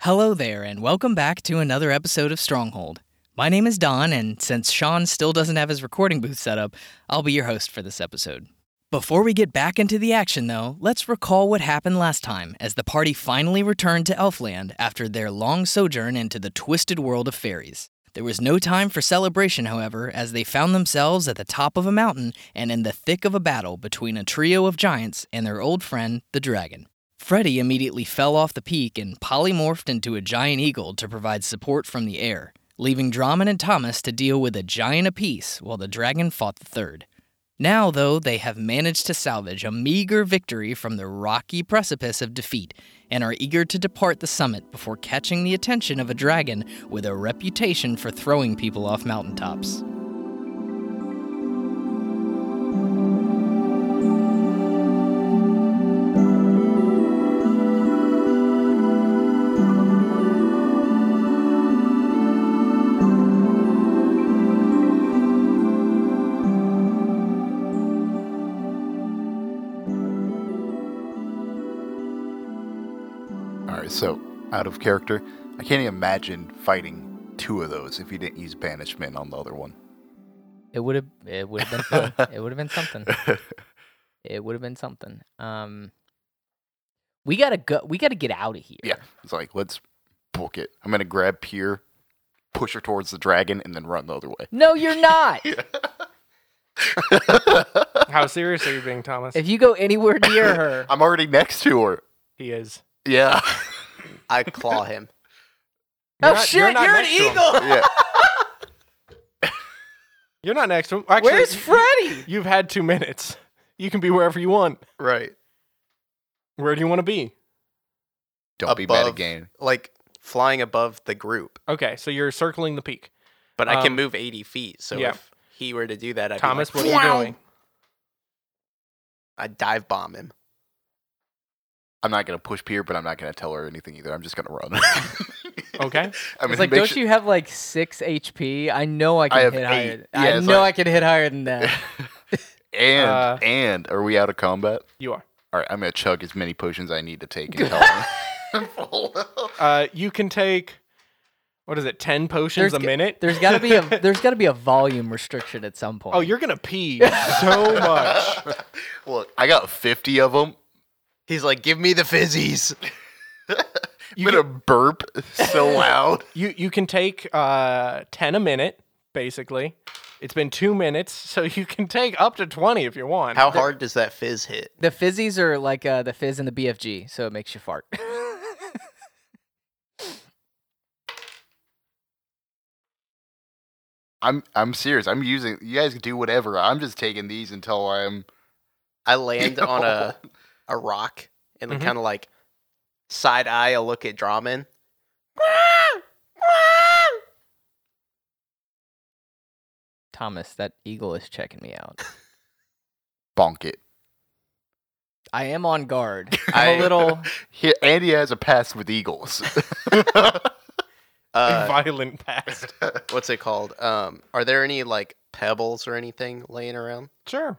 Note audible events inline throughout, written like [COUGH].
Hello there, and welcome back to another episode of Stronghold. My name is Don, and since Sean still doesn't have his recording booth set up, I'll be your host for this episode. Before we get back into the action, though, let's recall what happened last time as the party finally returned to Elfland after their long sojourn into the twisted world of fairies. There was no time for celebration, however, as they found themselves at the top of a mountain and in the thick of a battle between a trio of giants and their old friend, the dragon. Freddy immediately fell off the peak and polymorphed into a giant eagle to provide support from the air, leaving Draman and Thomas to deal with a giant apiece while the dragon fought the third. Now, though, they have managed to salvage a meager victory from the rocky precipice of defeat and are eager to depart the summit before catching the attention of a dragon with a reputation for throwing people off mountaintops. All right, so out of character, I can't even imagine fighting two of those if you didn't use banishment on the other one. It would have it would have been fun. [LAUGHS] it would have been something. It would have been something. Um we gotta go we gotta get out of here. Yeah, it's like let's book it. I'm gonna grab Pier, push her towards the dragon, and then run the other way. No, you're [LAUGHS] not. How serious are you being, Thomas? if you go anywhere near her, I'm already next to her. he is. Yeah, I claw him. Oh, not- shit, not you're an next to him. yeah. You're not next to him. Actually, where's Freddy? You've had two minutes. You can be wherever you want. Right. Where do you want to be? Don't be mad Above. again. Like flying above the group. Okay, so you're circling the peak. But I can Um, move 80 feet. So yeah. if he were to do that, I'd, be Thomas, like, what are you doing? I'd dive bomb him. I'm not gonna push Pier, but I'm not gonna tell her anything either. I'm just gonna run. [LAUGHS] Okay. I mean, It's like, make don't sure- you have like six HP? I know I can have hit eight. higher. Yeah, I it's know like- I can hit higher than that. and uh, and are we out of combat? You are. All right, I'm gonna chug as many potions I need to take and tell her. Uh, you can take what is it? Ten potions There's a g- minute. There's gotta be a there's gotta be a volume restriction at some point. oh, you're gonna pee [LAUGHS] so much. Look, I got 50 of them. He's like, give me [LAUGHS] the fizzies. I'm gonna burp [LAUGHS] so loud. You you can take uh ten a minute basically. It's been two minutes, so you can take up to twenty if you want. How hard does that fizz hit? the fizzies are like uh, the fizz in the BFG, so it makes you fart. [LAUGHS] I'm I'm serious. I'm using you guys can do whatever. I'm just taking these until I'm [LAUGHS] [LAUGHS] I land on a, a rock and Mhm. kind of like side eye a look [LAUGHS] at Draman. Thomas, that eagle is checking me out. bonk it. I am on guard. I- I'm a little. He, Andy has a past with [LAUGHS] eagles. [LAUGHS] Uh, [LAUGHS] Violent past. what's it called? Um, are there any like pebbles or anything laying around? Sure.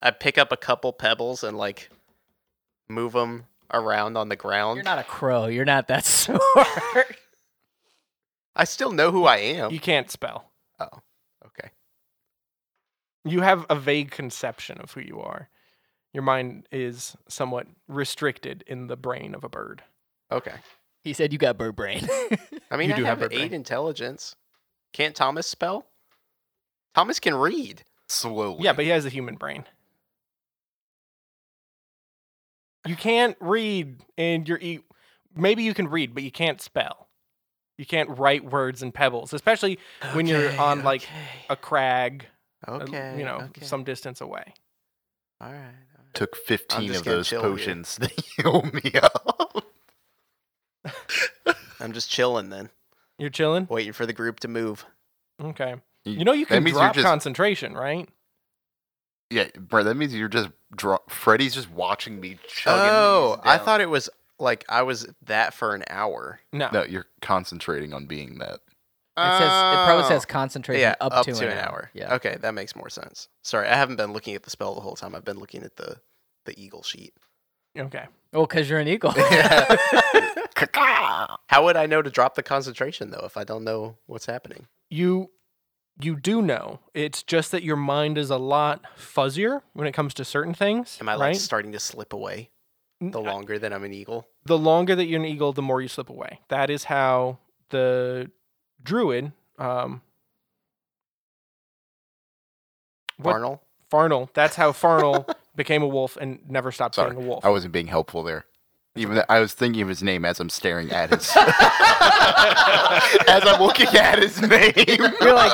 I pick up a couple pebbles and like move them around on the ground. You're not a crow. You're not that [LAUGHS] smart. I still know who I am. You can't spell. okay. you have a vague conception of who you are. Your mind is somewhat restricted in the brain of a bird. Okay. he said you got bird brain. [LAUGHS] I mean, You I do have have, bird eight brain. intelligence. Can't Thomas spell? Thomas can read. Slowly. Yeah, but he has a human brain. You can't read, and you're e- maybe you can read, but you can't spell. You can't write words in pebbles, especially When you're on, like, a crag, a- um, okay, you know, okay. some distance away. All right. all right. took I'm 15 just of gonna those chill here. potions [LAUGHS] that heal me up. I'm just chilling then, You're chilling. waiting for the group to move. Okay. You know you that can means you're drop just, concentration, right? Yeah, bro, that means you're just draw Freddy's just watching me chugging. oh, these I down. thought it was like I was that for an hour. No. No, you're concentrating on being [LAUGHS] that. [LAUGHS] It says it probably says Oh. concentration yeah, up, to, an, hour. Yeah. Okay, that makes more sense. Sorry, I haven't been looking at the spell the whole time. I've been looking at the the eagle sheet. Okay. Well, because you're an eagle. Ka-ka! How would I know to drop the concentration though if I don't know what's happening? you you do know. It's just that your mind is a lot fuzzier when it comes to certain things. Am I like right? starting to slip away the N- longer that I'm an eagle? the longer that you're an eagle, the more you slip away. That is how the druid, um, what- Barnel? Farnell. That's how Farnell [LAUGHS] became a wolf and never stopped Sorry, being a wolf. I wasn't being helpful there. Even though I was thinking of his name as I'm staring [LAUGHS] at his. as I'm looking at his name. You're like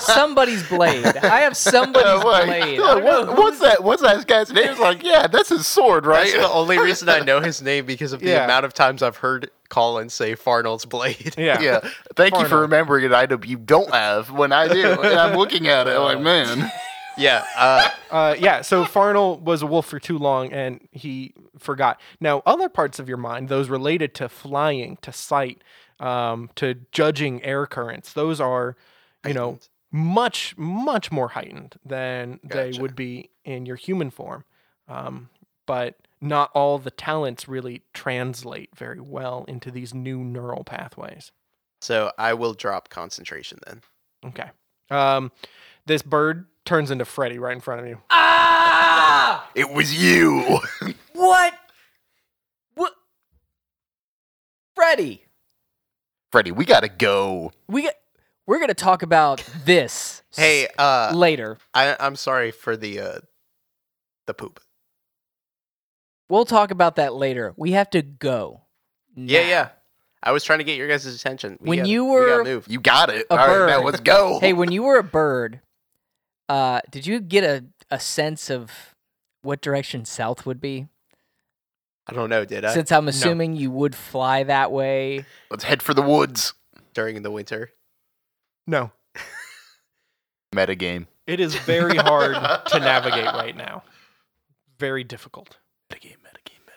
somebody's blade. I have somebody's [LAUGHS] I'm like, blade. I "Look, don't know what, what's who's- that? What's that guy's name? It's like, yeah, that's his sword, That's the right? [LAUGHS] only reason I know his name because of the Yeah. amount of times I've heard Colin say Farnell's blade. [LAUGHS] [LAUGHS] yeah. Yeah. Thank you for Farnell. remembering an item you don't have when I do, and I'm looking at it Oh. like, man. yeah. Uh, [LAUGHS] Uh, yeah. So Farnell was a wolf for too long and he forgot. Now, other parts of your mind, those related to flying, to sight, um, to judging air currents, those are, you know, much, much more heightened than they Gotcha. would be in your human form. Um, but not all the talents really translate very well into these new neural pathways. so I will drop concentration then. Okay. Um, this bird turns into Freddy right in front of you. Ah! It was you. What? What? Freddy, Freddy, we gotta go. we got, we're gonna talk about this. [LAUGHS] Hey, uh, later. I, I'm sorry for the uh, the poop. We'll talk about that later. We have to go. Yeah, now. yeah. I was trying to get your guys' attention. We When gotta- you we were- gotta move. You got it. A All right, bird. now let's go. Hey, when you were a bird, uh, did you get a, a sense of what direction south would be? I don't know. Did I Since I'm assuming you would fly that way. let's head for the woods. during the winter? No. Meta game. It is very hard [LAUGHS] to navigate right now. Very difficult. Metagame, metagame,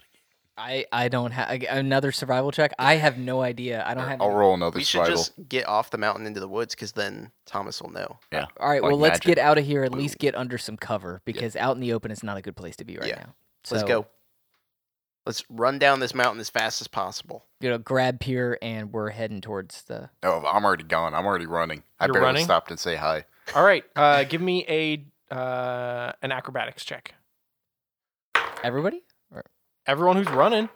I, I don't have another survival check. I have no idea. I don't have. I'll any- roll another we should survival. just get off the mountain into the woods because then Thomas will know. All right, like well, let's magic. get out of here. At Boom. least get under some cover because out in the open is not a good place to be right Yeah. now. Let's So, go. Let's run down this mountain as fast as possible. You know, grab pier, and we're heading towards the. Oh, I'm already gone. I'm already running. I You're barely running? stopped and say hi. All right. Uh, give me a uh, an acrobatics check. Everybody. Everyone who's running,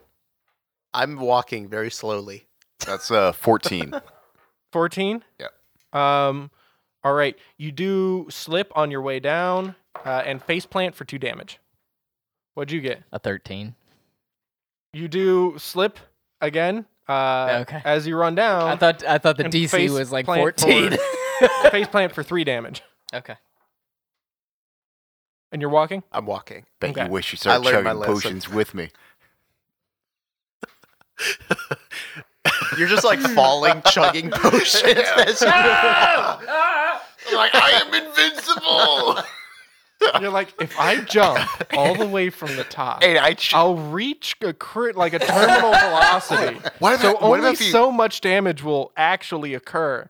I'm walking very slowly. That's uh [LAUGHS] 14. 14. Yeah. Um, all right. You do slip on your way down uh, and face plant for two damage. What'd you get? A thirteen. You do slip again uh, Okay. as you run down. I thought I thought the and DC face was like plant fourteen. [LAUGHS] face plant for three damage. okay. And [LAUGHS] you're walking? I'm walking. Bet Okay. you wish you I started learned my chugging lesson. potions [LAUGHS] with me. You're just [LAUGHS] like falling, chugging potions. as you- Ah! like I am [LAUGHS] invincible. You're like, if I jump all the way from the top, hey, I ch- I'll reach a crit like a terminal velocity. what if So I, what only if you, so much damage will actually occur.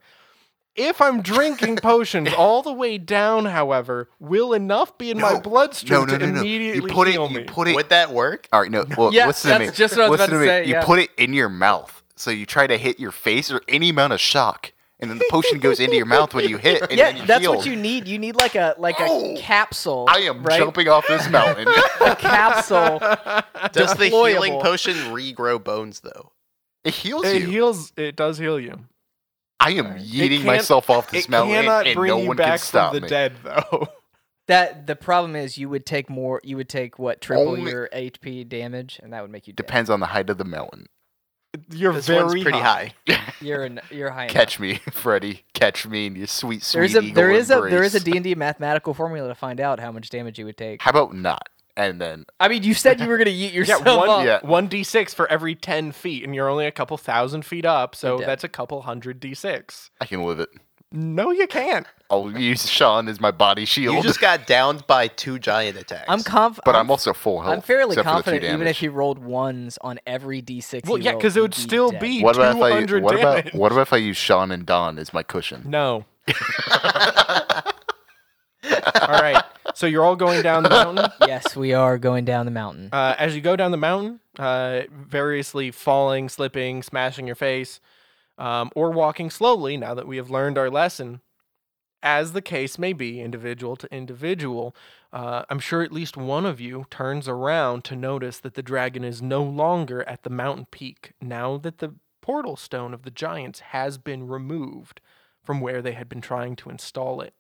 If I'm drinking potions all the way down, however, will enough be in my No. bloodstream no, no, to no, no. You immediately put it. heal me? You put it. Would that work? All right, [LAUGHS] no. Well, Yeah, listen to me. that's just what I was listen about me. to say, You yeah. put it in your mouth, so you try to hit your face or any amount of shock, and then the potion goes into your mouth when you hit. [LAUGHS] And then Yeah, you that's heal. what you need. You need like a like a Oh! capsule. [LAUGHS] I am right? jumping off this [LAUGHS] mountain. A [LAUGHS] capsule. Does the healing Deployable. potion regrow bones though? it heals It you. heals. It does heal you. I am yeeting can't- myself off this it mountain, cannot and bring no you one can back stop from the me. dead, though. That the problem is you would take more. You would take what triple Only- your HP damage, and that would make you dead. Depends on the height of the mountain. [LAUGHS] You're This very one's pretty high. You're in, you're high. enough. Catch me, [LAUGHS] Freddy. Catch me in your sweet, sweet There's a eagle there is a embrace. there is a D and D mathematical formula to find out how much damage you would take. How about not? And then I mean, you said you were gonna eat Yeah, yourself one up. [LAUGHS] yeah. one d six for every ten feet, and you're only a couple thousand feet up, so dead. that's a couple hundred d six. I can live it. No, you can't. I'll use Sean as my body shield, You just got downed by two giant attacks. I'm conf- [LAUGHS] but I'm, I'm also full health. I'm fairly except for the two confident even damage. if you rolled ones on every d6. Well, you yeah, rolled, because it would you'd still dead. be What two about if I hundred what damage. about what about if I use Sean and Don as my cushion? No. All right. So you're all going down the mountain. [LAUGHS] [LAUGHS] yes, we are going down the mountain. Uh, as you go down the mountain, uh, variously falling, slipping, smashing your face, um, or walking slowly, now that we have learned our lesson, as the case may be, individual to individual, uh, I'm sure at least one of you turns around to notice that the dragon is no longer at the mountain peak now that the portal stone of the giants has been removed from where they had been trying to install it.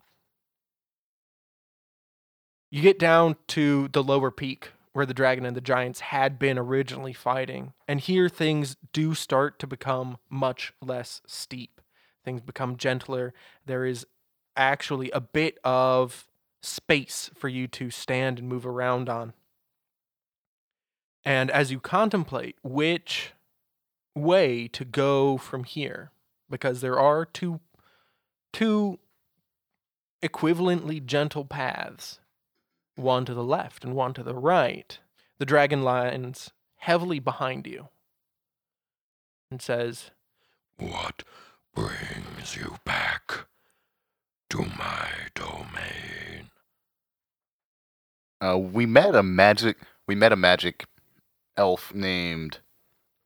You get down to the lower peak where the dragon and the giants had been originally fighting, and here things do start to become much less steep. Things become gentler. There is actually a bit of space for you to stand and move around on. And as you contemplate which way to go from here, because there are two two equivalently gentle paths one to the left and one to the right, the dragon lines heavily behind you and says, What brings you back to my domain? Uh, we met a magic. We met a magic elf named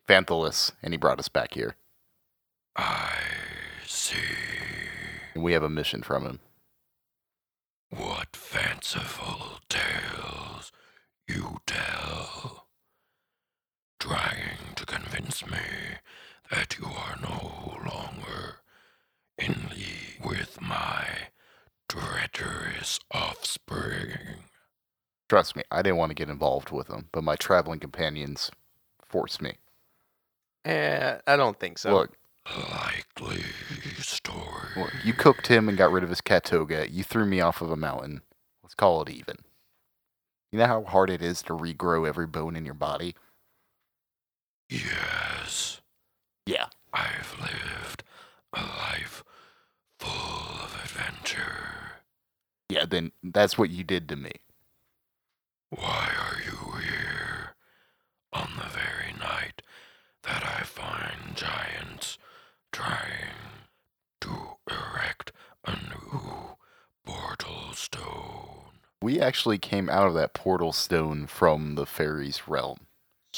Phanthilus, and he brought us back here. I see. And we have a mission from him. What fanciful tales you tell, trying to convince me that you are no longer in league with my treacherous offspring. Trust me, I didn't want to get involved with him, but my traveling companions forced me. Eh, I don't think so. Look, Likely story. look, you cooked him and got rid of his cat toga. You threw me off of a mountain. Let's call it even. You know how hard it is to regrow every bone in your body? Yes. Yeah. I've lived a life full of adventure. Yeah, then that's what you did to me. Why are you here on the very night that I find giants trying to erect a new portal stone We actually came out of that portal stone from the fairies' realm.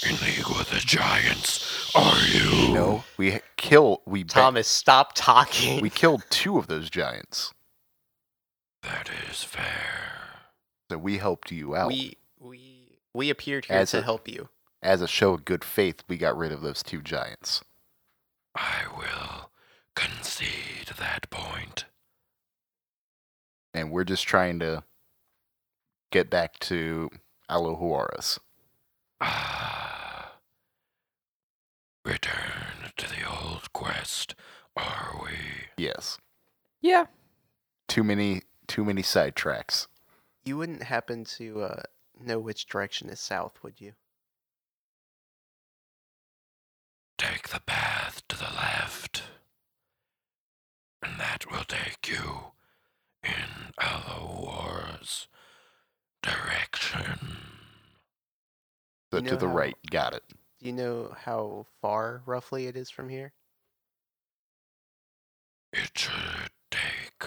in league with the giants? Are you? No, we ha- kill we ba- Thomas, stop talking. we killed two of those giants. That is fair. So we helped you out. we we we appeared here As to a- help you. As a show of good faith, we got rid of those two giants. I will concede that point. And we're just trying to get back to Alohuaras. Ah. Return to the old quest, are we? Yes. yeah. Too many too many sidetracks. You wouldn't happen to uh, know which direction is south, would you? Take the path to the left, and that will take you in Alawar's direction. So You know to the how- right, got it. Do you know how far roughly it is from here? It should take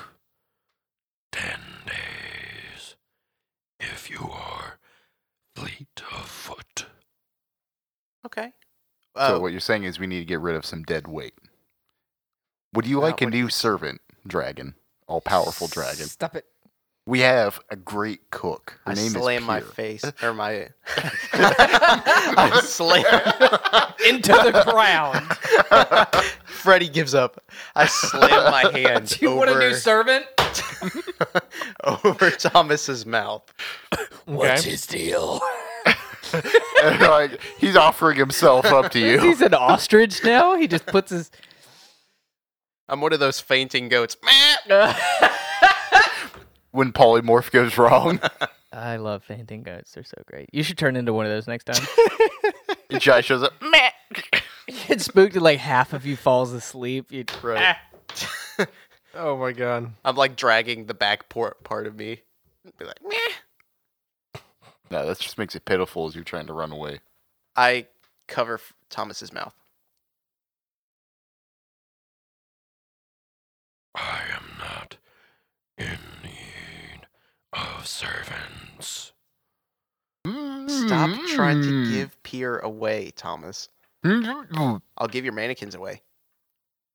ten days if you are fleet of foot. Okay. Oh. So what you're saying is we need to get rid of some dead weight. Would you Not like a what- new servant dragon? All powerful dragon. Stop it. We have a great cook. Her I name slam is my Pure. [LAUGHS] face or my. [LAUGHS] I slam [LAUGHS] [LAUGHS] Into the ground. Freddy gives up. I slam my [LAUGHS] hand Do you want a over new servant? [LAUGHS] over Thomas's mouth. Okay. his deal? And, like, he's offering himself up [LAUGHS] to you. [LAUGHS] He's an ostrich now. He just puts his. I'm one of those [LAUGHS] fainting goats. when polymorph goes wrong. I love fainting goats. They're so great. You should turn into one of those next time. [LAUGHS] [LAUGHS] Jai shows up. "Mm." Meh. you get spooked and like half of you falls asleep. You... Right. [LAUGHS] Oh my god. I'm like dragging the back port part of me. Be like, meh. No, that just makes it pitiful as you're trying to run away. I cover f- Thomas's mouth. I am not in need of servants. Stop trying Mm. Hmm. to give Pier away, Thomas. I'll give your mannequins away.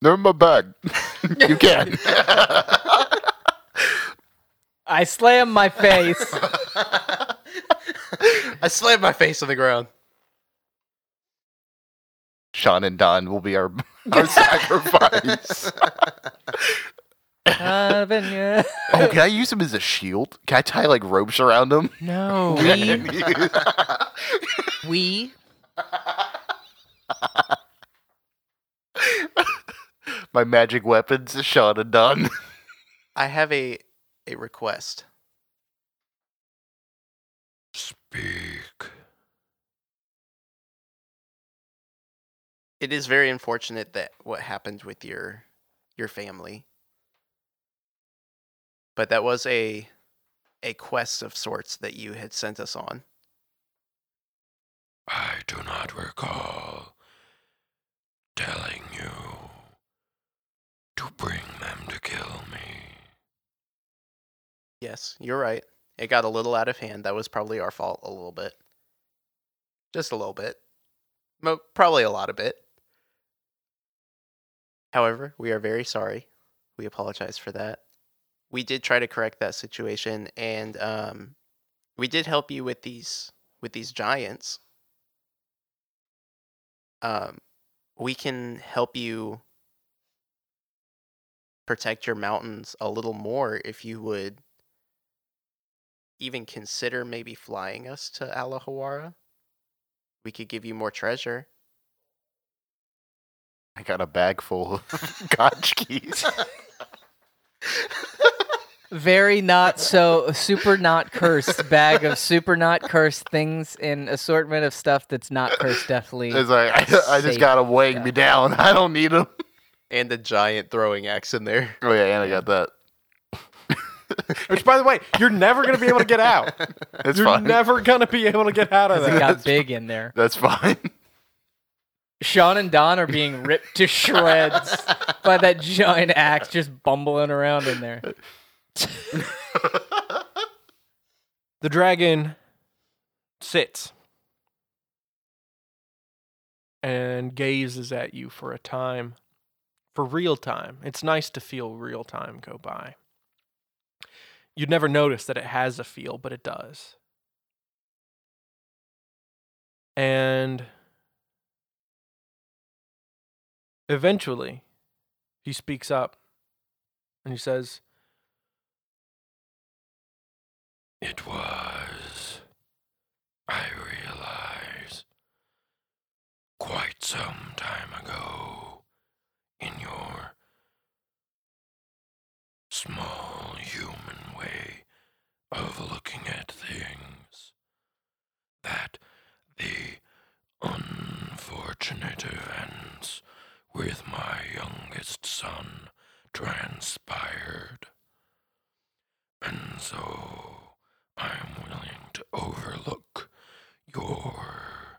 They're in my bag. [LAUGHS] you can. I slam my [LAUGHS] face. I slammed my face on the ground. Sean and Don will [LAUGHS] be our, our sacrifice. Uh, but, uh, oh, can I use him as a shield? Can I tie like ropes around [LAUGHS] him? Oh, no, we we [LAUGHS] My magic weapons is Sean and Don. I have a a request. Speak. It is very unfortunate that what happened with your your family. But that was a a quest of sorts that you had sent us on. I do not recall telling you to bring them to kill me. Yes, you're right. It got a little out of hand. That was probably our fault a little bit. Just a little bit. Mo- probably a lot of bit. However, we are very sorry. We apologize for that. We did try to correct that situation and um we did help you with these with these giants. Um we can help you protect your mountains a little more if you would even consider maybe flying us to Alahawara. We could give you more treasure. I got a bag full of [LAUGHS] Gotch keys. [LAUGHS] very not so super not cursed bag of super not cursed things in assortment of stuff that's not cursed. Definitely, It's like, I, I just Safe got them weighing me down. I don't need them. And the giant throwing axe in there. [LAUGHS] Oh, yeah, and I got that. Which, by the way, you're never going to be able to get out. [LAUGHS] It's you're fine. never going to be able to get out of it that. got big in there. That's fine. [LAUGHS] Sean and Don are being ripped to shreds by that giant axe just bumbling around in there. The dragon sits and gazes at you for a time, for real time. It's nice to feel real time go by. You'd never notice that it has a feel, but it does. And eventually, he speaks up and he says, It was, I realize, quite some time ago in your small human way of looking at things that the unfortunate events with my youngest son transpired. And so I am willing to overlook your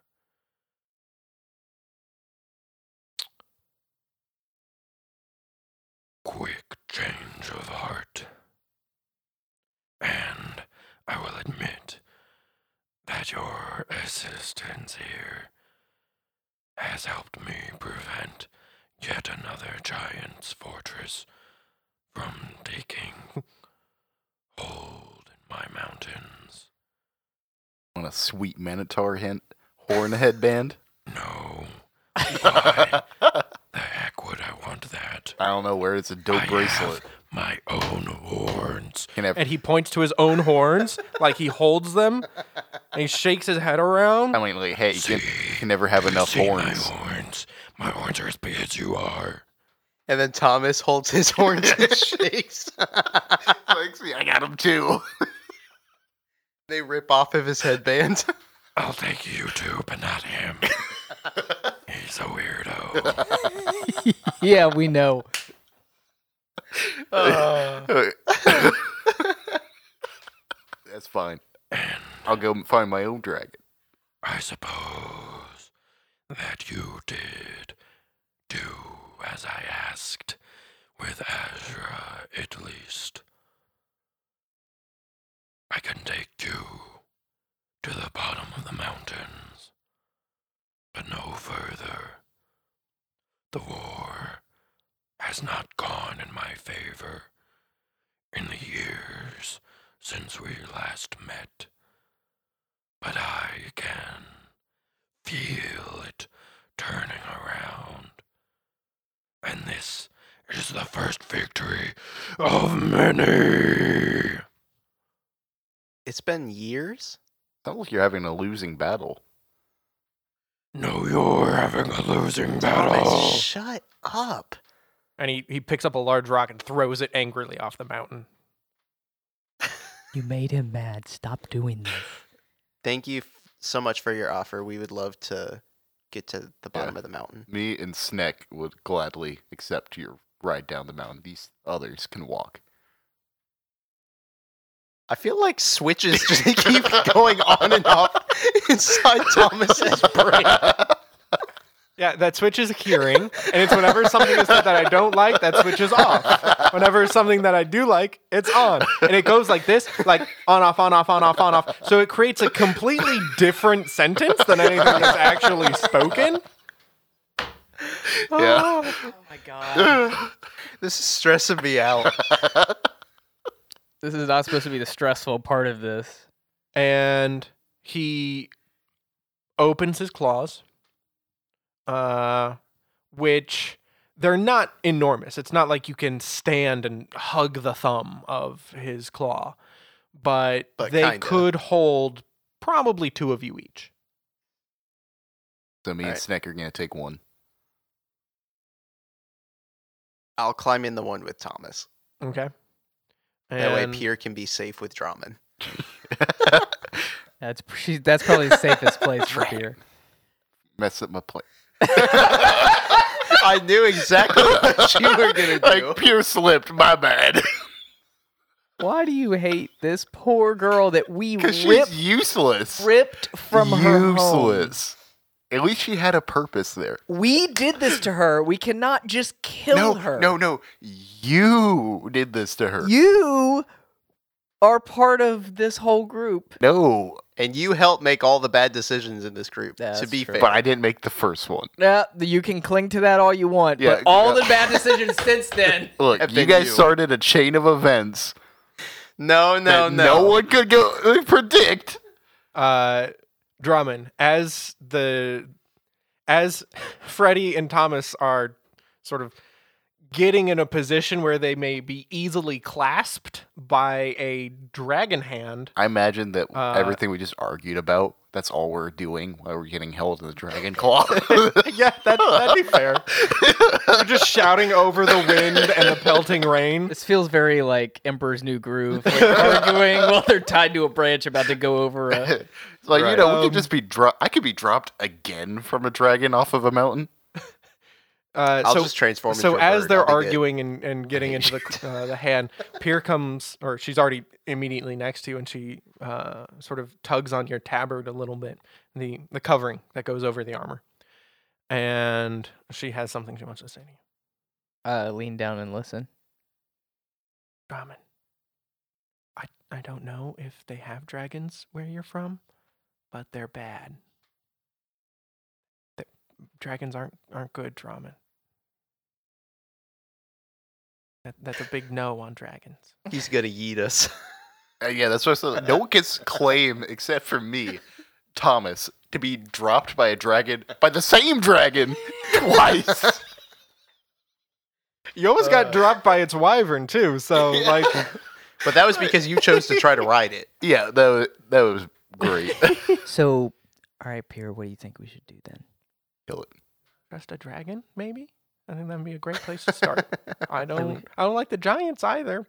quick change of heart. And I will admit that your assistance here has helped me prevent yet another giant's fortress from taking hold in my mountains. [LAUGHS] Want a sweet Minotaur hint? Horn [LAUGHS] headband? No, I the heck would I want that? don't know where it's a dope I bracelet. Have my own horns. Can have, and he points to his own horns, like he holds them, and he shakes his head around. I mean, like, hey, you can, See? you can never have enough See horns. My horns. My horns are as big as you are. And then Thomas holds his horns [LAUGHS] and shakes. Like, see, I got them too. [LAUGHS] they rip off of his headband. [LAUGHS] I'll take you too, but [LAUGHS] not him. He's a weirdo. Yeah, we know. Uh, That's fine. I'll go find my own dragon. I suppose that you did do as I asked with Azra, at least. I can has not gone in my favor. In the years since we last met, but I can feel it turning around. And this is the first victory of many. It's been years. Sounds like you're having a losing battle. No, you're having a losing battle. Thomas, shut up. And he, he picks up a large rock and throws it angrily off the mountain. You made him mad. Stop doing this. Thank you f- so much for your offer. We would love to get to the bottom Yeah. of the mountain. Me and Sneck would gladly accept your ride down the mountain. These others can walk. [LAUGHS] I feel like [LAUGHS] switches just keep [LAUGHS] going on and off inside Thomas's brain. [LAUGHS] Yeah, that switch is hearing, and it's whenever something is said that I don't like, that switch is off. Whenever something that I do like, it's on, and it goes like this, like on off, on off, on off, on off. So it creates a completely different sentence than anything that's actually spoken. Yeah. This is stressing me out. This is not supposed to be the stressful part of this. and he opens his claws uh which they're not enormous it's not like you can stand and hug the thumb of his claw but, But they kinda. could hold probably two of you each So me and Alright. Sneck are gonna take one. I'll climb in the one with Thomas. okay That way And- Pierre can be safe with Draman. That's pr- she, that's probably the safest place for here. Mess up my plate. [LAUGHS] [LAUGHS] I knew [LAUGHS] exactly what you were gonna do. [LAUGHS] Like pure slipped. My bad. [LAUGHS] Why do you hate this poor girl that [LAUGHS] we Because ripped, she's useless. ripped from her home? useless. At least she had a purpose there. We did this to her. We cannot just kill no, her. no, no. You did this to her. You are part of this whole group. no, And you helped make all the bad decisions in this group. to That's be true. fair, but I didn't make the first one. Yeah, you can cling to that all you want, Yeah, but all yeah. the bad [LAUGHS] decisions since then. Look, Have you been guys you. started a chain of events no, no, that no. no one could go predict. uh, Drummond as the as Freddie and Thomas are sort of getting in a position where they may be easily clasped by a dragon hand. [LAUGHS] I imagine that Uh, everything we just argued about, that's all we're doing while we're getting held in the dragon [LAUGHS] claw. yeah, that, that'd be [LAUGHS] fair. You're just shouting over the wind and the pelting rain. This feels very like Emperor's New Groove, like arguing while they're tied to a branch about to go over [LAUGHS] a. It's like, you Right. know, we Um, could just be dropped. I could be dropped again from a dragon off of a mountain. Uh, I'll so just transform. so into a as bird. they're I'll be good. arguing and, and getting into the uh, the hand, Pierre comes, or she's already immediately next to you, and she uh, sort of tugs on your tabard a little bit, the the covering that goes over the armor, and she has something she wants to say to you, Uh, lean down and listen. Brahmin. I I don't know if they have dragons where you're from, but they're bad. The- Dragons aren't aren't good, Draman. That, that's a big no on dragons. he's gonna yeet [LAUGHS] us. Uh, yeah, that's what I said. No one gets claim except for me, Thomas, to be dropped by a dragon by the same dragon twice. You almost got dropped by its wyvern too. So like, But that was because you chose to try to ride [LAUGHS] it. yeah, that was, that was great. [LAUGHS] So, all right, Pierre, what do you think we should do then? trust a dragon, maybe. I think that'd be a great place to [LAUGHS] start. I don't, I don't like the giants either,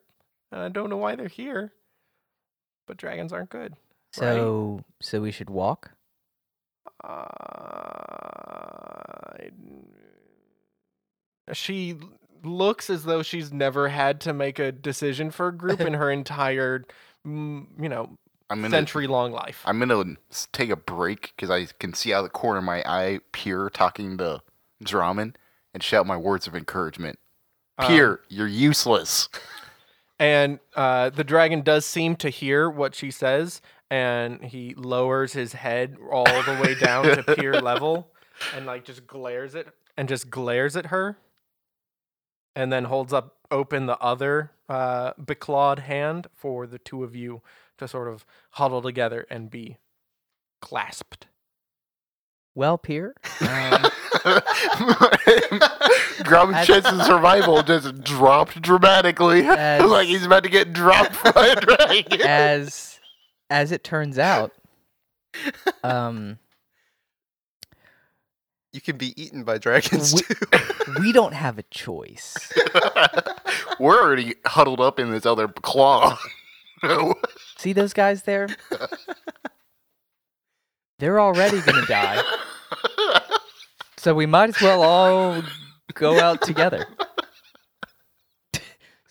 and I don't know why they're here. But dragons aren't good. Right. So, so we should walk. Uh, she l- looks as though she's never had to make a decision for a group in her entire, mm, you know, I'm gonna century-long life. I'm gonna s- take a break because I can see out of the corner of my eye Pierre talking to Draman and shout my words of encouragement. Um, Pierre, you're useless. And uh, the dragon does seem to hear what she says, and he lowers his head all the way down to peer level, and like just glares at and just glares at her. and then holds up open the other uh, beclawed hand for the two of you to sort of huddle together and be clasped. Well, [LAUGHS] Pier, um, Grub Chase's survival just dropped dramatically. [LAUGHS] As- [LAUGHS] like he's about to get dropped by a dragon. as as it turns out, um, You can be eaten by dragons We- too. we don't have a choice. We're already huddled up in this other claw. [LAUGHS] See those guys there? They're already gonna die, so we might as well all go out together. [LAUGHS]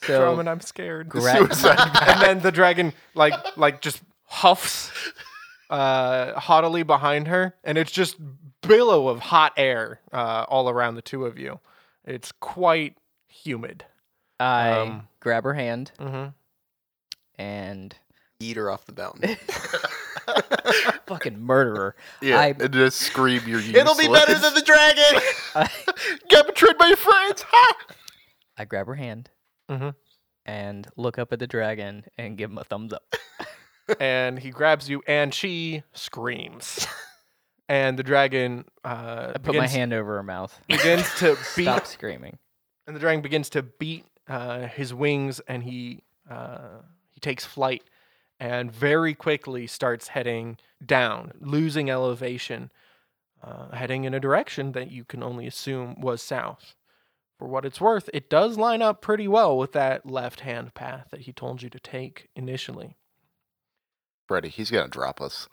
So Roman, I'm scared. gra- [LAUGHS] and then the dragon like like just huffs uh haughtily behind her and it's just billow of hot air uh all around the two of you it's quite humid I Um, grab her hand mm-hmm. and Eat her off the mountain. fucking murderer. yeah, I- and just scream your [LAUGHS] It'll be better than the dragon. I, Got betrayed by your friends. Ha! I grab her hand Mhm. and look up at the dragon and give him a thumbs up. and he grabs you and she [LAUGHS] screams and the dragon uh I put my begins, hand over her mouth. begins to beat Stop screaming. and the dragon begins to beat uh, his wings and he uh, he takes flight and very quickly starts heading down losing elevation uh, heading in a direction that you can only assume was south for what it's worth it does line up pretty well with that left hand path that he told you to take initially Freddy, he's gonna drop us.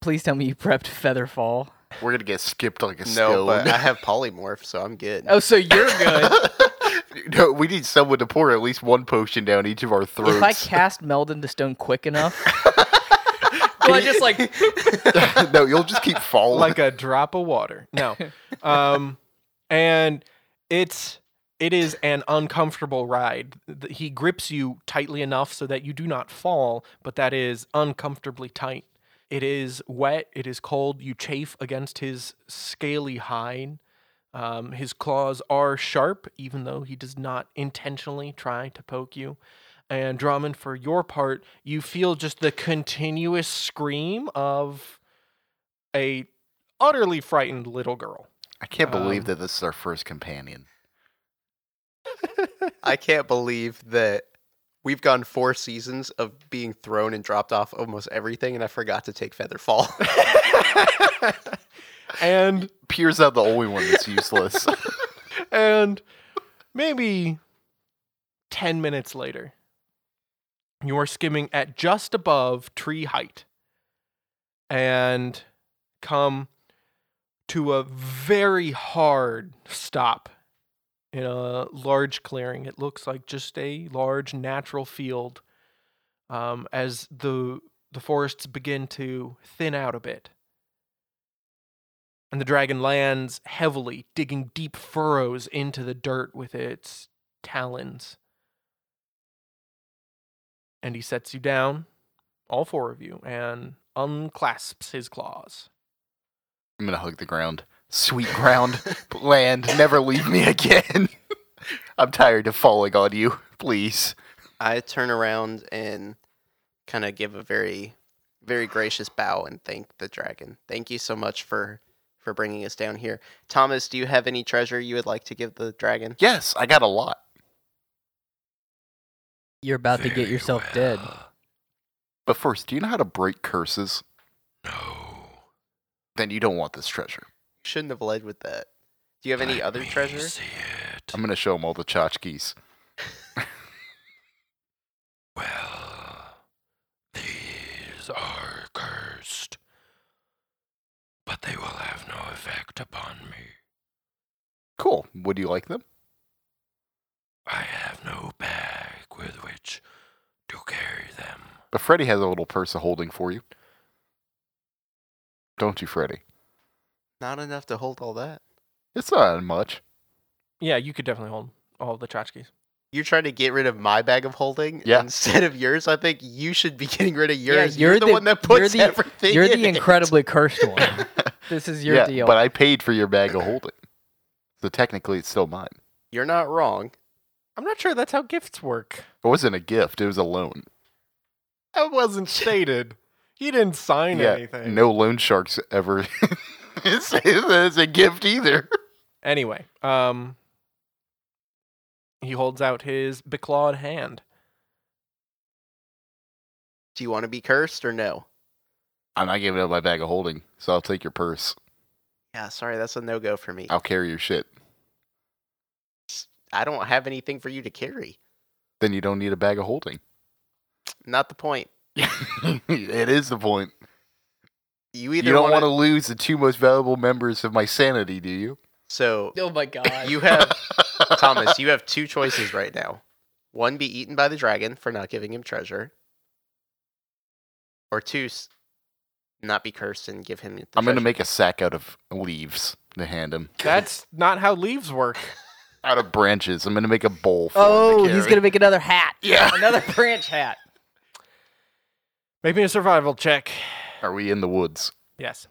Please tell me you prepped Featherfall. We're gonna get skipped like a no, stone. but I have polymorph, so I'm good. Oh, so you're [LAUGHS] good. no, we need someone to pour at least one potion down each of our throats. if I cast Meld into Stone quick enough, Can will I you- just like [LAUGHS] no, you'll just keep falling. like a drop of water. No. Um and it's it is an uncomfortable ride. Th- He grips you tightly enough so that you do not fall, but that is uncomfortably tight. It is wet, it is cold, you chafe against his scaly hide. Um, his claws are sharp, even though he does not intentionally try to poke you. And Drummond, for your part, you feel just the continuous scream of a utterly frightened little girl. I can't believe Um, that this is our first companion. [LAUGHS] I can't believe that we've gone four seasons of being thrown and dropped off almost everything, and I forgot to take Featherfall. and Pier's not the only one that's [LAUGHS] useless. and maybe 10 minutes later you are skimming at just above tree height and come to a very hard stop in a large clearing it looks like just a large natural field um, as the the forests begin to thin out a bit and the dragon lands heavily, digging deep furrows into the dirt with its talons. And he sets you down, all four of you, and unclasps his claws. I'm gonna hug the ground. Sweet ground, land, never leave me again. [LAUGHS] I'm tired of falling on you. Please. [LAUGHS] I turn around and kind of give a very, very gracious bow and thank the dragon. Thank you so much for for bringing us down here. Thomas, do you have any treasure you would like to give the dragon? Yes, I got a lot. you're about to get Very yourself dead. well. But first, do you know how to break curses? No. Then you don't want this treasure. Shouldn't have led with that. Do you have any Let other me treasure? See it. Um, I'm gonna show him all the tchotchkes. Well, these are cursed, but they will have no effect upon me. Cool. Would you like them? I have no bag with which to carry [LAUGHS] them. But Freddy has a little purse of holding for you. Don't you, Freddy? Not enough to hold all that. It's not much. Yeah, you could definitely hold all the tchotchkes. You're trying to get rid of my bag of holding Yeah. instead of yours. I think you should be [LAUGHS] getting rid of Yeah, yours. you're, you're the, the- one that you're puts the- everything. You're in the it. incredibly [LAUGHS] cursed one. This is your yeah, deal. But I paid for your bag of holding. So technically it's still mine. [LAUGHS] You're not wrong. I'm not sure that's how gifts work. It wasn't a gift. It was a loan. That [LAUGHS] wasn't stated. He didn't sign yeah, anything. no loan sharks ever [LAUGHS] say that it's a gift either. Anyway, um, he holds out his beclawed hand. Do you want to be cursed or no? I'm not giving up my bag of holding, so I'll take your purse. Yeah, sorry, that's a no go for me. I'll carry your shit. I don't have anything for you to carry. Then you don't need a bag of holding. [LAUGHS] Not the point. it is the point. You You either don't want want to lose the two most valuable members of my sanity, do you? [LAUGHS] So Oh [LAUGHS] my god. you have Thomas. You have two choices right now. One, be eaten by the dragon for not giving him treasure, or two, s- not be cursed and give him. The I'm going to treasure. make a sack out of leaves to hand him. That's not how leaves work. Out of branches. I'm going to make a bowl for him oh, to he's carry. gonna make another hat. Yeah. Another branch [LAUGHS] hat. [LAUGHS] Make me a survival check. Are we in the woods? Yes.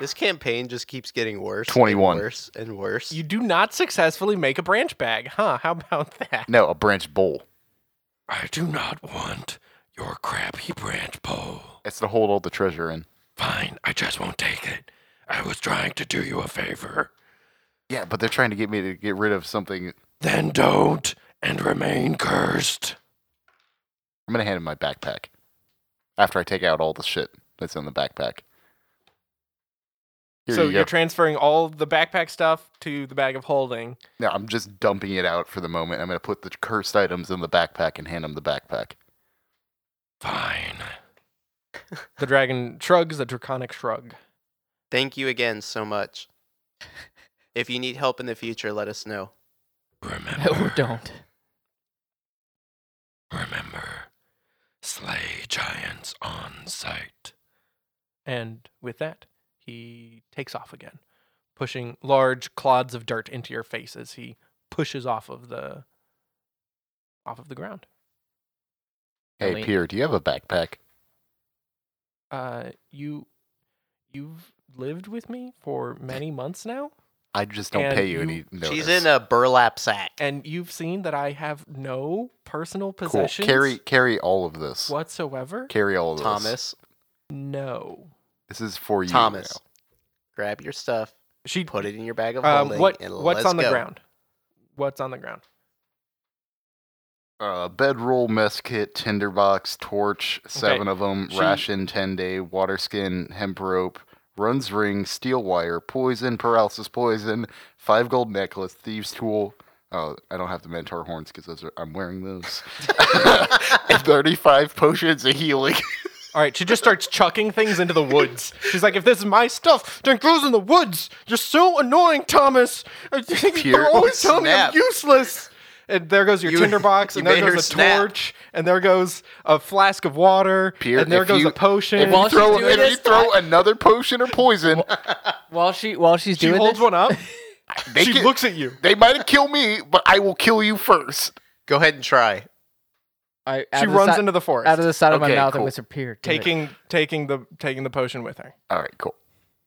This campaign just keeps getting worse. and 21. worse and worse. You do not successfully make a branch bag, huh? How about that? No, a branch bowl. I do not want your crappy branch pole. That's to hold all the treasure in. Fine, I just won't take it. I was trying to do you a favor. Yeah, but they're trying to get me to get rid of something. I'm Then don't and remain cursed. going to hand him my backpack after I take out all the shit that's in the backpack. Here so you go. are transferring all the backpack stuff to the bag of holding. no, I'm just dumping it out for the moment. I'm going to put the cursed items in the backpack and hand him the backpack. Fine. The dragon shrugs a draconic shrug. [LAUGHS] Thank you again so much. If you need help in the future, let us know. or Remember, don't. remember, slay giants on sight. And with that, he takes off again, pushing large clods of dirt into your face as he pushes off of the off of the ground. Hey, Elite. Pierre, do you have a backpack? Uh, you you've lived with me for many months now, I just don't And pay you, you- any notice. She's in a burlap sack. and you've seen that I have no personal cool. possessions Carry, carry all of this. whatsoever. Carry all of this. Thomas, No. This is for you. Thomas, now. grab your stuff, She put it in your bag of um, holding, what and what's let's on the go. ground? What's on the ground? Uh, bedroll, mess kit, tinderbox, torch, seven of 'em, of them, She- ration, 10 day, water skin, hemp rope, runs ring, steel wire, poison, paralysis poison, five gold necklace, thieves tool. Oh, I don't have the mentor horns because those are I'm wearing those. [LAUGHS] and 35 potions of healing. All right, she just starts chucking things into the woods. She's like, "If this is my stuff, then it grows in the woods." You're so annoying, Thomas. [LAUGHS] I think Pure- You're always oh, telling me I'm snap. useless. And there goes your You- tinderbox, you and there made her goes a snap. torch, and there goes a flask of water, Pure- and there if goes you- a potion. If you she's throw, doing if you this- throw another potion or poison, While she while she's she doing holds this, one [LAUGHS] up. they she can- looks at you. They might kill me, but I will kill you first. Go ahead and try. I, out She of the runs si- into the forest, out of the side of my Okay, mouth cool. and whisper, "Peer, do it." taking taking the taking the potion with her. All right, cool.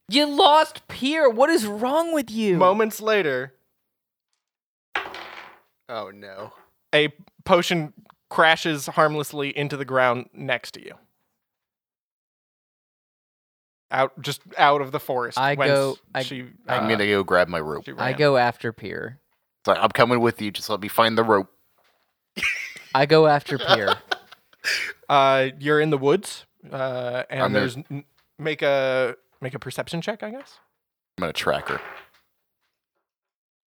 You lost Peer. What is wrong with you? Moments later, Oh no. a potion crashes harmlessly into the ground next to you. Out, just out of the forest. I whence go- I- she, I- I'm uh, going to go grab my rope. she I ran. go after Peer. It's like, I'm coming with you. Just let me find the rope. I go after Peer. Uh, you're in the woods, uh, and I'm gonna- there's n- make a make a perception check. I guess I'm going to track her. Is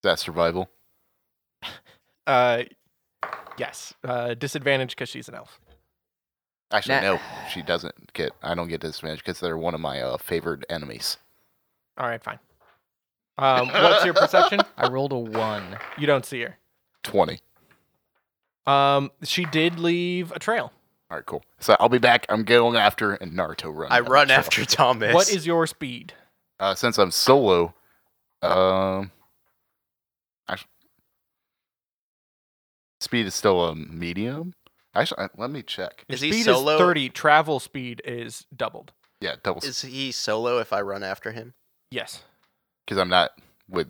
that survival? uh, yes, uh, disadvantage because she's an elf. Actually, Nah. no. She doesn't get. I don't get disadvantage because they're one of my uh, favored enemies. All right, fine. Um, what's your perception? I rolled a one. You don't see her. Twenty. Um, she did leave a trail. All right, cool. So I'll be back. I'm going after and Naruto run. I down run the trail. after Thomas. What is your speed? Uh, since I'm solo, um, actually, speed is still a medium. Actually, I- let me check. Is he speed solo? is 30 travel speed is doubled Yeah, double. Is he solo if I run after him? yes because I'm not with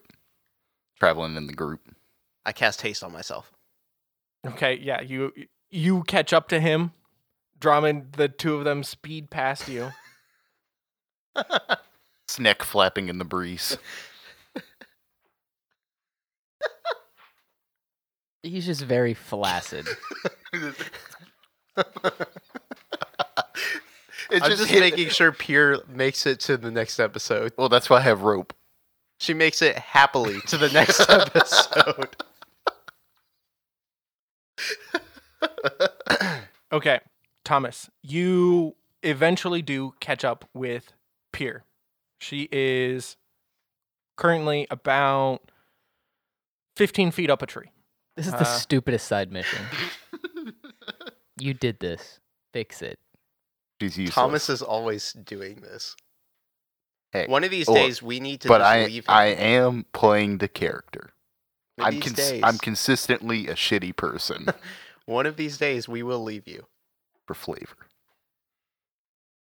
traveling in the group. I cast haste on [LAUGHS] myself. Okay, yeah, you you catch up to him. Drummond, the two of them speed past [LAUGHS] you. Its neck flapping in the [LAUGHS] breeze. He's just very flaccid. It's I'm just, just making sure Pierre makes it to the next episode. Well, that's why I have rope. She makes it happily [LAUGHS] to the [LAUGHS] next episode. Okay, Thomas, you eventually do catch up with Pier. She is currently about 15 feet up a tree. This is Uh. the stupidest side mission. you did this. Fix it. She's useless. Thomas is always doing this. Hey, One of these or- days we need to but just I leave him. I am playing the character. One of I'm these cons- days, I'm consistently a shitty [LAUGHS] person one of these days we will leave you. for flavor.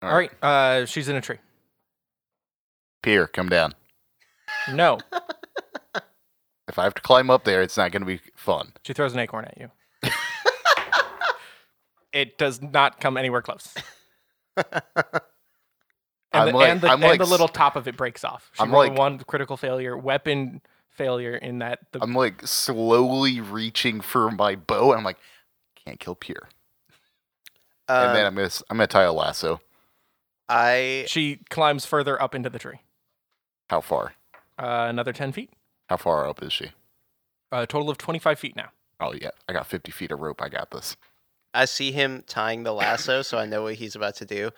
All right, uh, she's in a tree. Pierre, come down. No, If I have to climb up there, it's not going to be fun. she throws an acorn at you. [LAUGHS] it does not come [LAUGHS] anywhere close. And, I'm the, like- and, the, I'm and like the s- little top of it breaks off. She I'm rolled a like- one critical failure, weapon failure in that. The, I'm like slowly reaching for my bow, and I'm like, can't kill Pierre. and then Um, I'm gonna s- I'm gonna tie a lasso. I she climbs further up into the tree. How far? Uh, another 10 feet. How far up is she? A total of 25 feet now. Oh yeah, I got 50 feet of rope. I got this. I see him tying the lasso, so I know what he's about to do.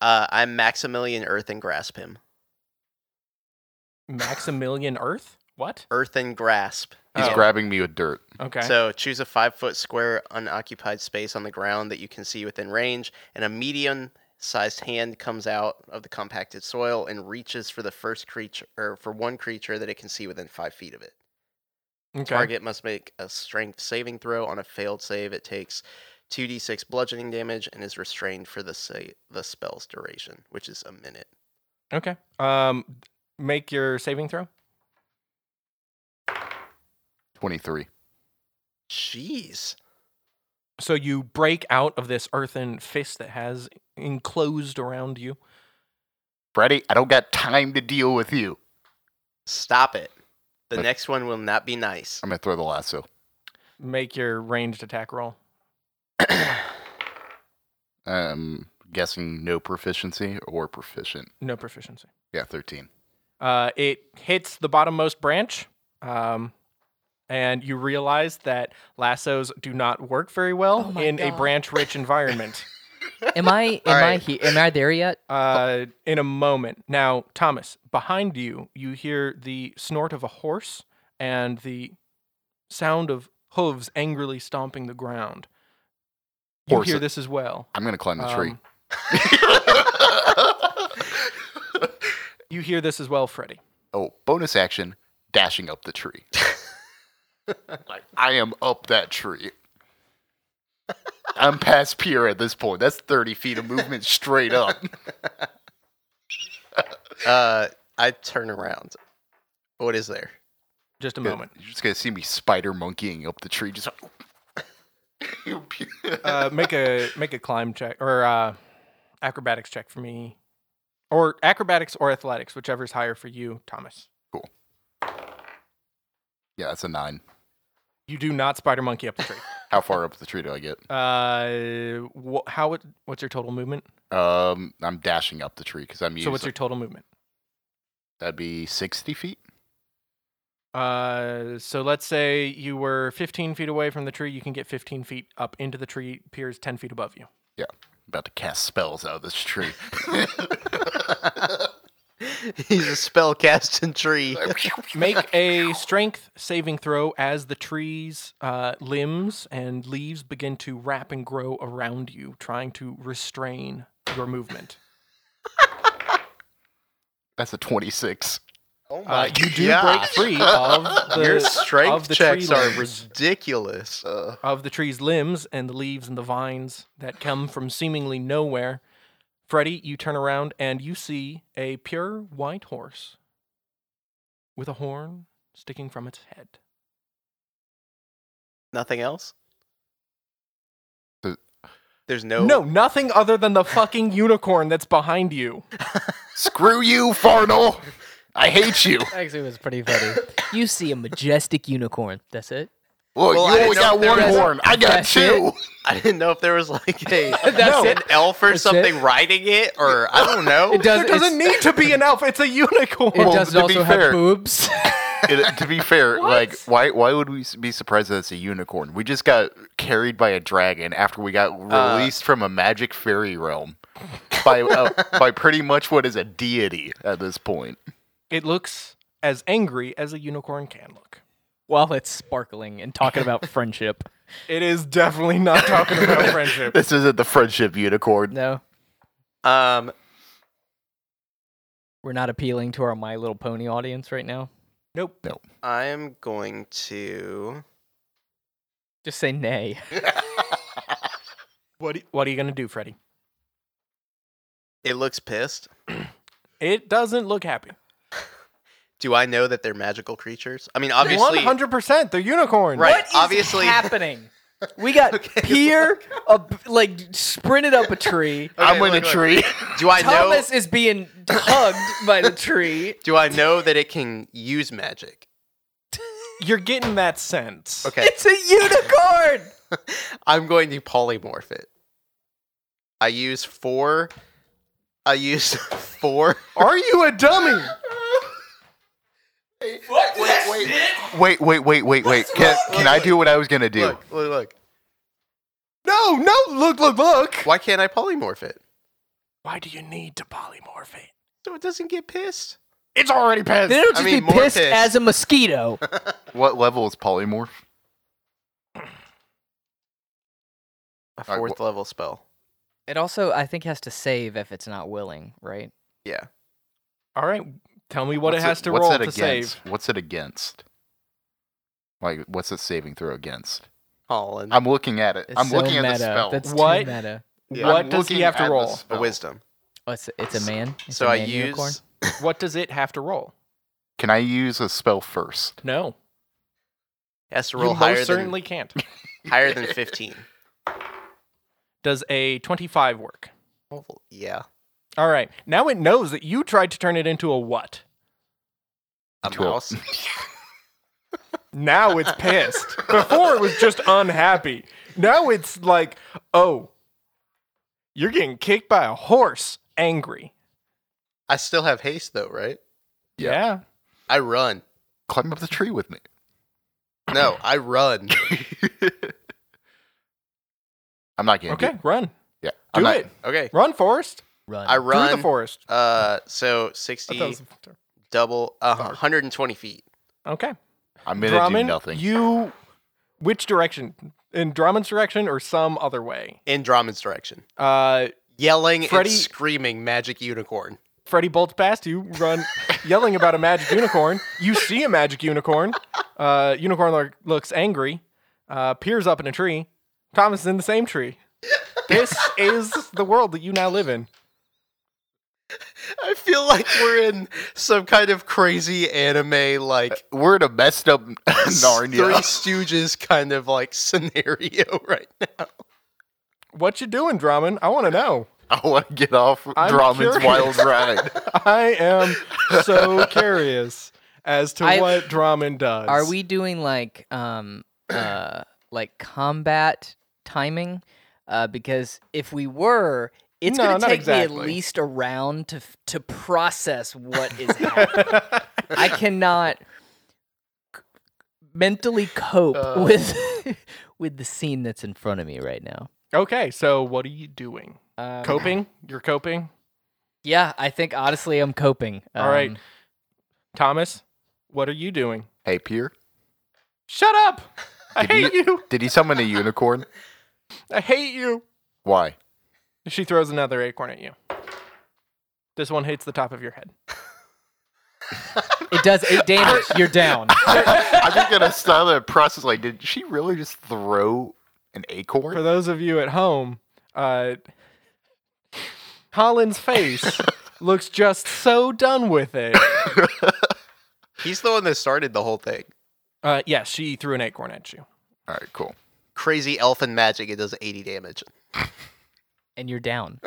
Uh, I'm Maximilian Earth and grasp him. Maximilian Earth? What? Earth and grasp. He's Oh. grabbing me with dirt. Okay. So choose a five foot square unoccupied space on the ground that you can see within range, and a medium sized hand comes out of the compacted soil and reaches for the first creature or for one creature that it can see within five feet of it. okay. Target must make a strength saving throw. On a failed save, it takes 2d6 bludgeoning damage and is restrained for the sa- the spell's duration, which is a minute. Okay. Um, make your saving throw. 23. Jeez. So you break out of this earthen fist that has enclosed around you. Freddy, I don't got time to deal with you. Stop it. The But- next one will not be nice. I'm gonna throw the lasso. Make your ranged attack roll. I'm Um, guessing no proficiency or proficient. No proficiency. Yeah, 13. Uh, it hits the bottommost branch. Um, and you realize that lassos do not work very well Oh my in a God. [LAUGHS] branch rich environment. Am I am All I right. he- am I there yet? uh, in a moment. Now, Thomas, behind you, you hear the snort of a horse and the sound of hooves angrily stomping the ground. You hear Horses. this as well. I'm gonna climb the tree. Um, [LAUGHS] You hear this as well, Freddy. Oh, bonus action, dashing up the [LAUGHS] tree. like I am up that tree. I'm past Pierre at this point. That's 30 feet of movement straight up. Uh, I turn around. What is there? Just a Good. moment. You're just gonna see me spider monkeying up the tree. Just [LAUGHS] Uh, make a make a climb check or uh, acrobatics check for me, or acrobatics or athletics, whichever is higher for you, Thomas. yeah, that's a nine. You do not spider monkey up the [LAUGHS] tree. How far up the tree do I get? Uh, wh- how? it- What's your total movement? Um, I'm dashing up the tree because I'm using. So what's your total movement? That'd be 60 feet. Uh, so let's say you were 15 feet away from the tree. You can get 15 feet up into the tree. Piers 10 feet above you. About to cast spells out of this tree. He's a spell casting tree. [LAUGHS] Make a strength saving throw as the tree's uh, limbs and leaves begin to wrap and grow around you, trying to restrain your movement. That's a 26. Oh Uh, you do break free [LAUGHS] of the Your of strength the checks tree are limbs. ridiculous. of the tree's limbs and the leaves and the vines that come from seemingly nowhere. Freddy, you turn around and you see a pure white horse with a horn sticking from its head. Nothing else? The- There's no No, nothing other than the fucking unicorn that's behind you. Screw you, Farnell. I hate you. Actually, it was pretty funny. [LAUGHS] you see a majestic unicorn. That's it. Look, Well, I you didn't only know got there one was- horn. I got That's two. [LAUGHS] I didn't know if there was like [LAUGHS] a That's an it. elf or That's something riding it or I don't know. It does. There doesn't it's- need to be an elf. It's a unicorn. It Well, does to be also fair- have boobs. It- uh, to be fair, [LAUGHS] What? like why why would we s- be surprised that it's a unicorn? We just got carried by a dragon after we got Uh. released from a magic fairy realm by uh, by pretty much what is a deity at this point. [LAUGHS] It looks as angry as a unicorn can look. [LAUGHS] While it's sparkling and talking about friendship. It is definitely not talking [LAUGHS] [LAUGHS] about friendship. This isn't the [LAUGHS] friendship unicorn. [LAUGHS] No, Um we're not appealing to our My Little Pony audience right now. Nope. I'm going to Just say nay. What, what are you going to do, Freddy? It looks pissed. It doesn't look happy. Do I know that they're magical creatures? I mean, obviously, 100%. They're unicorn. Right. obviously- happening? We got Okay, Pierre up, like sprinted up a tree. Okay, I'm in look, a [LAUGHS] look. tree. Do I know? Thomas is being hugged by the tree. Do I know that it can use magic? You're getting that sense. Okay, [LAUGHS] It's a unicorn. I'm going to polymorph it. I use four. I use [LAUGHS] four. Are you a dummy? Wait, wait, wait, wait, wait. Can, can I do what I was gonna do? Look, look, look. No, no. Look, look, look. Why can't I polymorph it? Why do you need to polymorph it? So it doesn't get pissed. It's already pissed. Then it'll just I mean, be more pissed, pissed. as a mosquito. What level is polymorph? A Alright, fourth level spell. It also, I think, has to save if it's not willing, right? Yeah. All right. Tell me what What's it has to what's roll it to against? save. What's it against? Like, what's it saving throw against? Holland. I'm looking at it. It's I'm so looking meta. at the spell. That's What? too meta. Yeah. What I'm does he looking have to at the roll? A A spell. wisdom. Oh, it's, it's a man. It's so a I man use. unicorn? What does it have to roll? Can I use a spell first? No. it Has to You roll most higher [LAUGHS] certainly can't. than [LAUGHS] [LAUGHS] higher than fifteen. Does a 25 work? Oh, yeah. All right. Now it knows that you tried to turn it into a what? A Twelve. mouse. Now it's pissed. Before it was just unhappy. Now it's like, oh, you're getting kicked by a horse. Angry. I still have haste though, right? Yeah. Yeah. I run. Climb up the tree with me. No, I [LAUGHS] run. I'm not gonna do Okay, it. run. Yeah. Do I'm not- it. Okay. Run, Forrest. Run. I Through the run. forest. Uh, so I thought it sixty was- double uh, 120 feet. Okay. I'm gonna Drummond, do nothing. you. Which direction? In Drummond's direction or some other way? in Drummond's direction, Uh, yelling Freddy- and screaming "Magic Unicorn." Freddy bolts past [LAUGHS] you, run, yelling about a magic unicorn. You see a magic unicorn. Uh, unicorn lo- looks angry, uh, peers up in a tree. Thomas is in the same tree. This is the world that you now live in. [LAUGHS] I feel like we're in some kind of crazy anime, like We're in a messed [LAUGHS] up Three [LAUGHS] Narnia. Stooges kind of like scenario [LAUGHS] right now. What you doing, Drummond? I want to know. [LAUGHS] I want to get off I'm Drummond's curious. [LAUGHS] wild ride. I am so curious as to I- what Drummond does. Are we doing like um uh [COUGHS] like combat timing? Uh, because if we were, it's No, gonna not take me exactly. at least a round to f- to process what is happening. [LAUGHS] I cannot c- mentally cope Uh. with [LAUGHS] with the scene that's in front of me right now. [LAUGHS] Okay, so what are you doing? Um, Coping? You're coping? Yeah, I think honestly I'm coping. All right. Um, Thomas, what are you doing? Hey, Pierre, Shut up! I Did hate you. did he summon a unicorn? I hate you. [LAUGHS] Why? [LAUGHS] She throws another acorn at you. This one hits the top of your head. It does eight [LAUGHS] damage. You're down. I'm just gonna style the process. Like, did she really just throw an For acorn? those of you at home, uh, Colin's face looks just so done with it. He's the one that started the whole thing. [COUGHS] Uh, yeah, she threw an acorn at you. All right, cool. Crazy elfin magic. It does 80 damage. and you're down.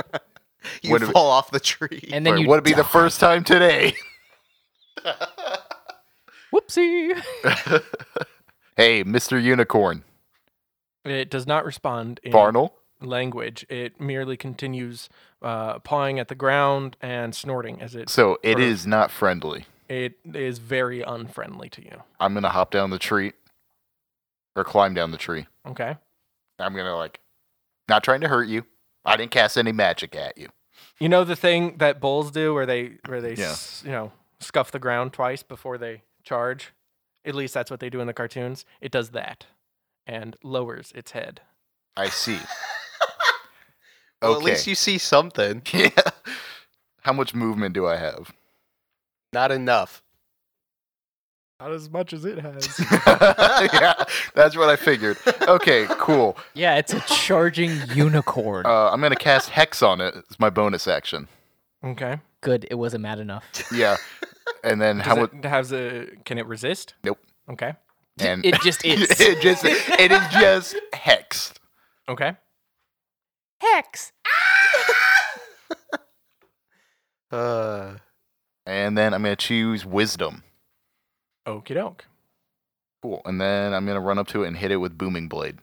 You What do fall we- off the tree. And then Wait, you would it be the first time today? [LAUGHS] whoopsie. hey, Mr. Unicorn, It does not respond in Barnel. language. It merely continues uh, pawing at the ground and snorting as it So it Sure. is not friendly. it is very unfriendly to you. I'm gonna hop down the tree, or climb down the tree. Okay. I'm gonna like, not trying to hurt you. I didn't cast any magic at you. You know the thing that bulls do where they where they Yeah. s- you know scuff the ground twice before they charge. At least that's what they do in the cartoons. It does that and lowers its head. I see. [LAUGHS] well, at okay. least you see something. yeah. [LAUGHS] How much movement do I have? [LAUGHS] Not enough. Not as much as it [LAUGHS] has. yeah, that's what I figured. Okay, cool. Yeah, it's a [LAUGHS] charging unicorn. Uh, I'm gonna cast hex on it. It's my bonus action. okay. Good, it wasn't mad enough. Yeah, and then Does how much? it has a can it resist? Nope. Okay. And It just is. [LAUGHS] it just it is just hexed. Okay. [LAUGHS] Hex. Uh, And then I'm gonna choose wisdom. Okie doke. Cool. And then I'm gonna run up to it and hit it with booming blade.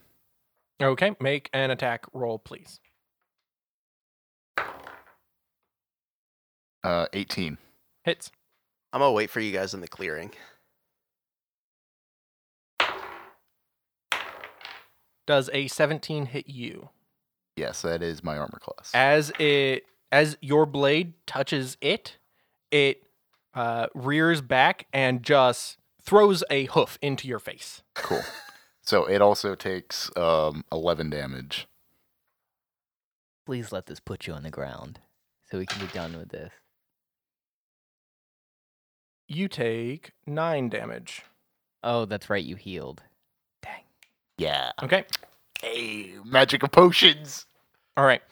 Okay, make an attack roll, please. Uh, 18. Hits. I'm going to wait for you guys in the clearing. Does a 17 hit you? Yes, that is my armor class. Ah. As it as your blade touches it, it uh, rears back and just throws a hoof into your face. Cool. So it also takes um 11 damage. Please let this put you on the ground so we can be done with this. You take 9 damage. Oh, that's right, you healed. Yeah. Ah. Okay. Hey, magic of potions. All right.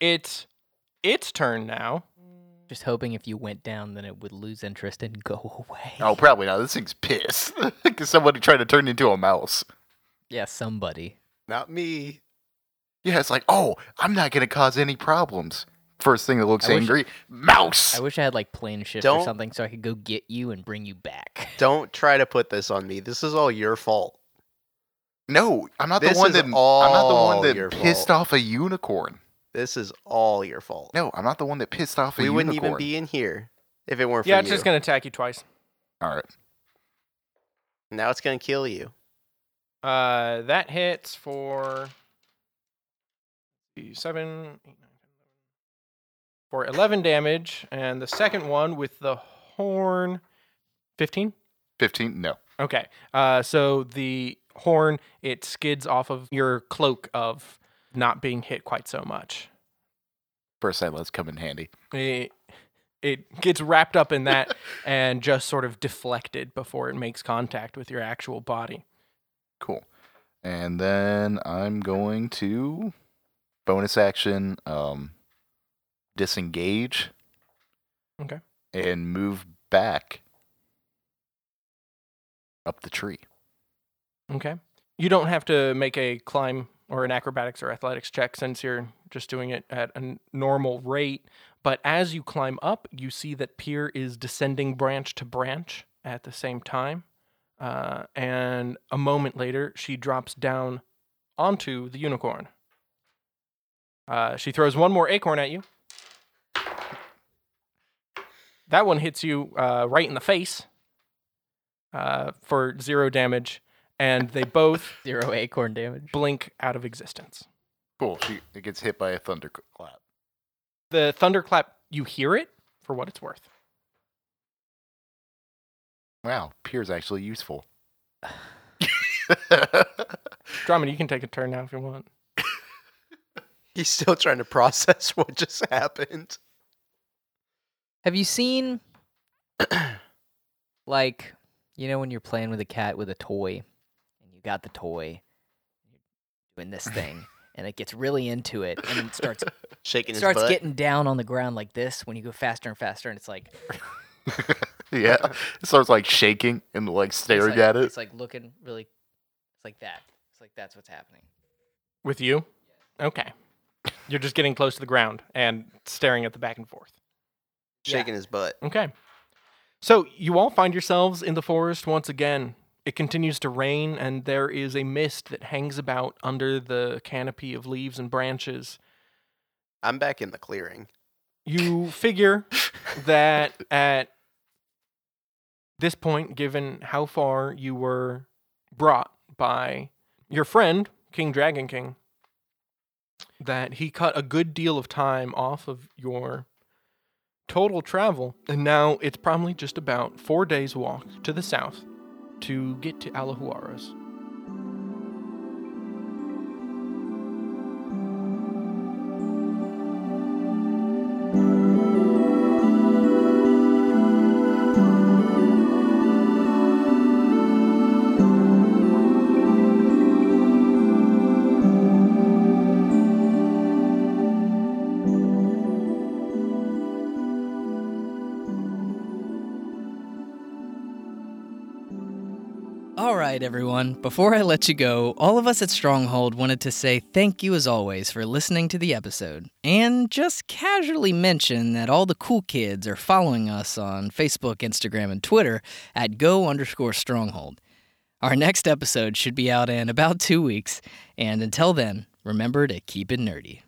It's its turn now. Just hoping if you went down, then it would lose interest and go [LAUGHS] away. Oh, probably not. This thing's pissed [LAUGHS] because somebody tried to turn into a mouse. Yeah, somebody. Not me. Yeah, it's like, oh, I'm not gonna cause any problems. First thing that looks I wish- angry, mouse. I wish I had like plane shift or Don't- something so I could go get you and bring you back. Don't try to put this on me. This is all your fault. no, I'm not This the one is that I'm not the all one your that pissed fault. off a unicorn. This is all your fault. No, I'm not the one that pissed off a we unicorn. wouldn't even be in here if it weren't for Yeah, it's you. just going to attack you twice. All right, Now it's going to kill you. [LAUGHS] Uh, that hits for the seven, eight, nine, 10, 11, for eleven damage, and the second one with the horn, fifteen. 15. No. Okay, uh, so the horn it skids off of your cloak of not being hit quite so much. First sight let's come in handy. It it gets wrapped up in that and just sort of deflected before it makes contact with your actual body. Cool. And then I'm going to bonus action um disengage. Okay. And move back up the tree. Okay. You don't have to make a climb or an acrobatics or athletics check since you're just doing it at a n- normal rate. But as you climb up, you see that Pier is descending branch to branch at the same time. Uh, and a moment later, she drops down onto the unicorn. Uh, she throws one more acorn at you. That one hits you uh, right in the face uh, for zero damage and they both [LAUGHS] Zero acorn damage. blink out of existence. Cool. She it gets hit by a thunderclap. The thunderclap, you hear it for what it's worth. Wow, Pier's actually [LAUGHS] useful. Drummond, you can take a turn now if you want. He's still trying to [LAUGHS] process what just happened. Have you [CLEARS THROAT] seen, like, you know, when you're playing with a cat with a toy and you got the toy, you're doing this [LAUGHS] thing, and it gets really into it and it starts Shaking his starts butt. getting down on the ground like this when you go faster and faster, and it's like, yeah. It starts like shaking and like It's staring like- at it. It's like looking really. It's like that. It's like that's what's happening. With you? Okay. You're just getting close to the ground and staring at the back and forth. shaking his butt. Okay. So you all find yourselves in the forest once again. It continues to rain, and there is a mist that hangs about under the canopy of leaves and branches. I'm back in the clearing. You figure that at this point, given how far you were brought by your friend, King Dragon King, that he cut a good deal of time off of your total travel. And now it's probably just about four days' walk to the south to get to Alahuaras. All right, everyone. Before I let you go, all of us at Stronghold wanted to say thank you as always for listening to the episode and just casually mention that all the cool kids are following us on Facebook, Instagram, and Twitter at go underscore stronghold. Our next episode should be out in about two weeks, and until then, remember to keep it nerdy.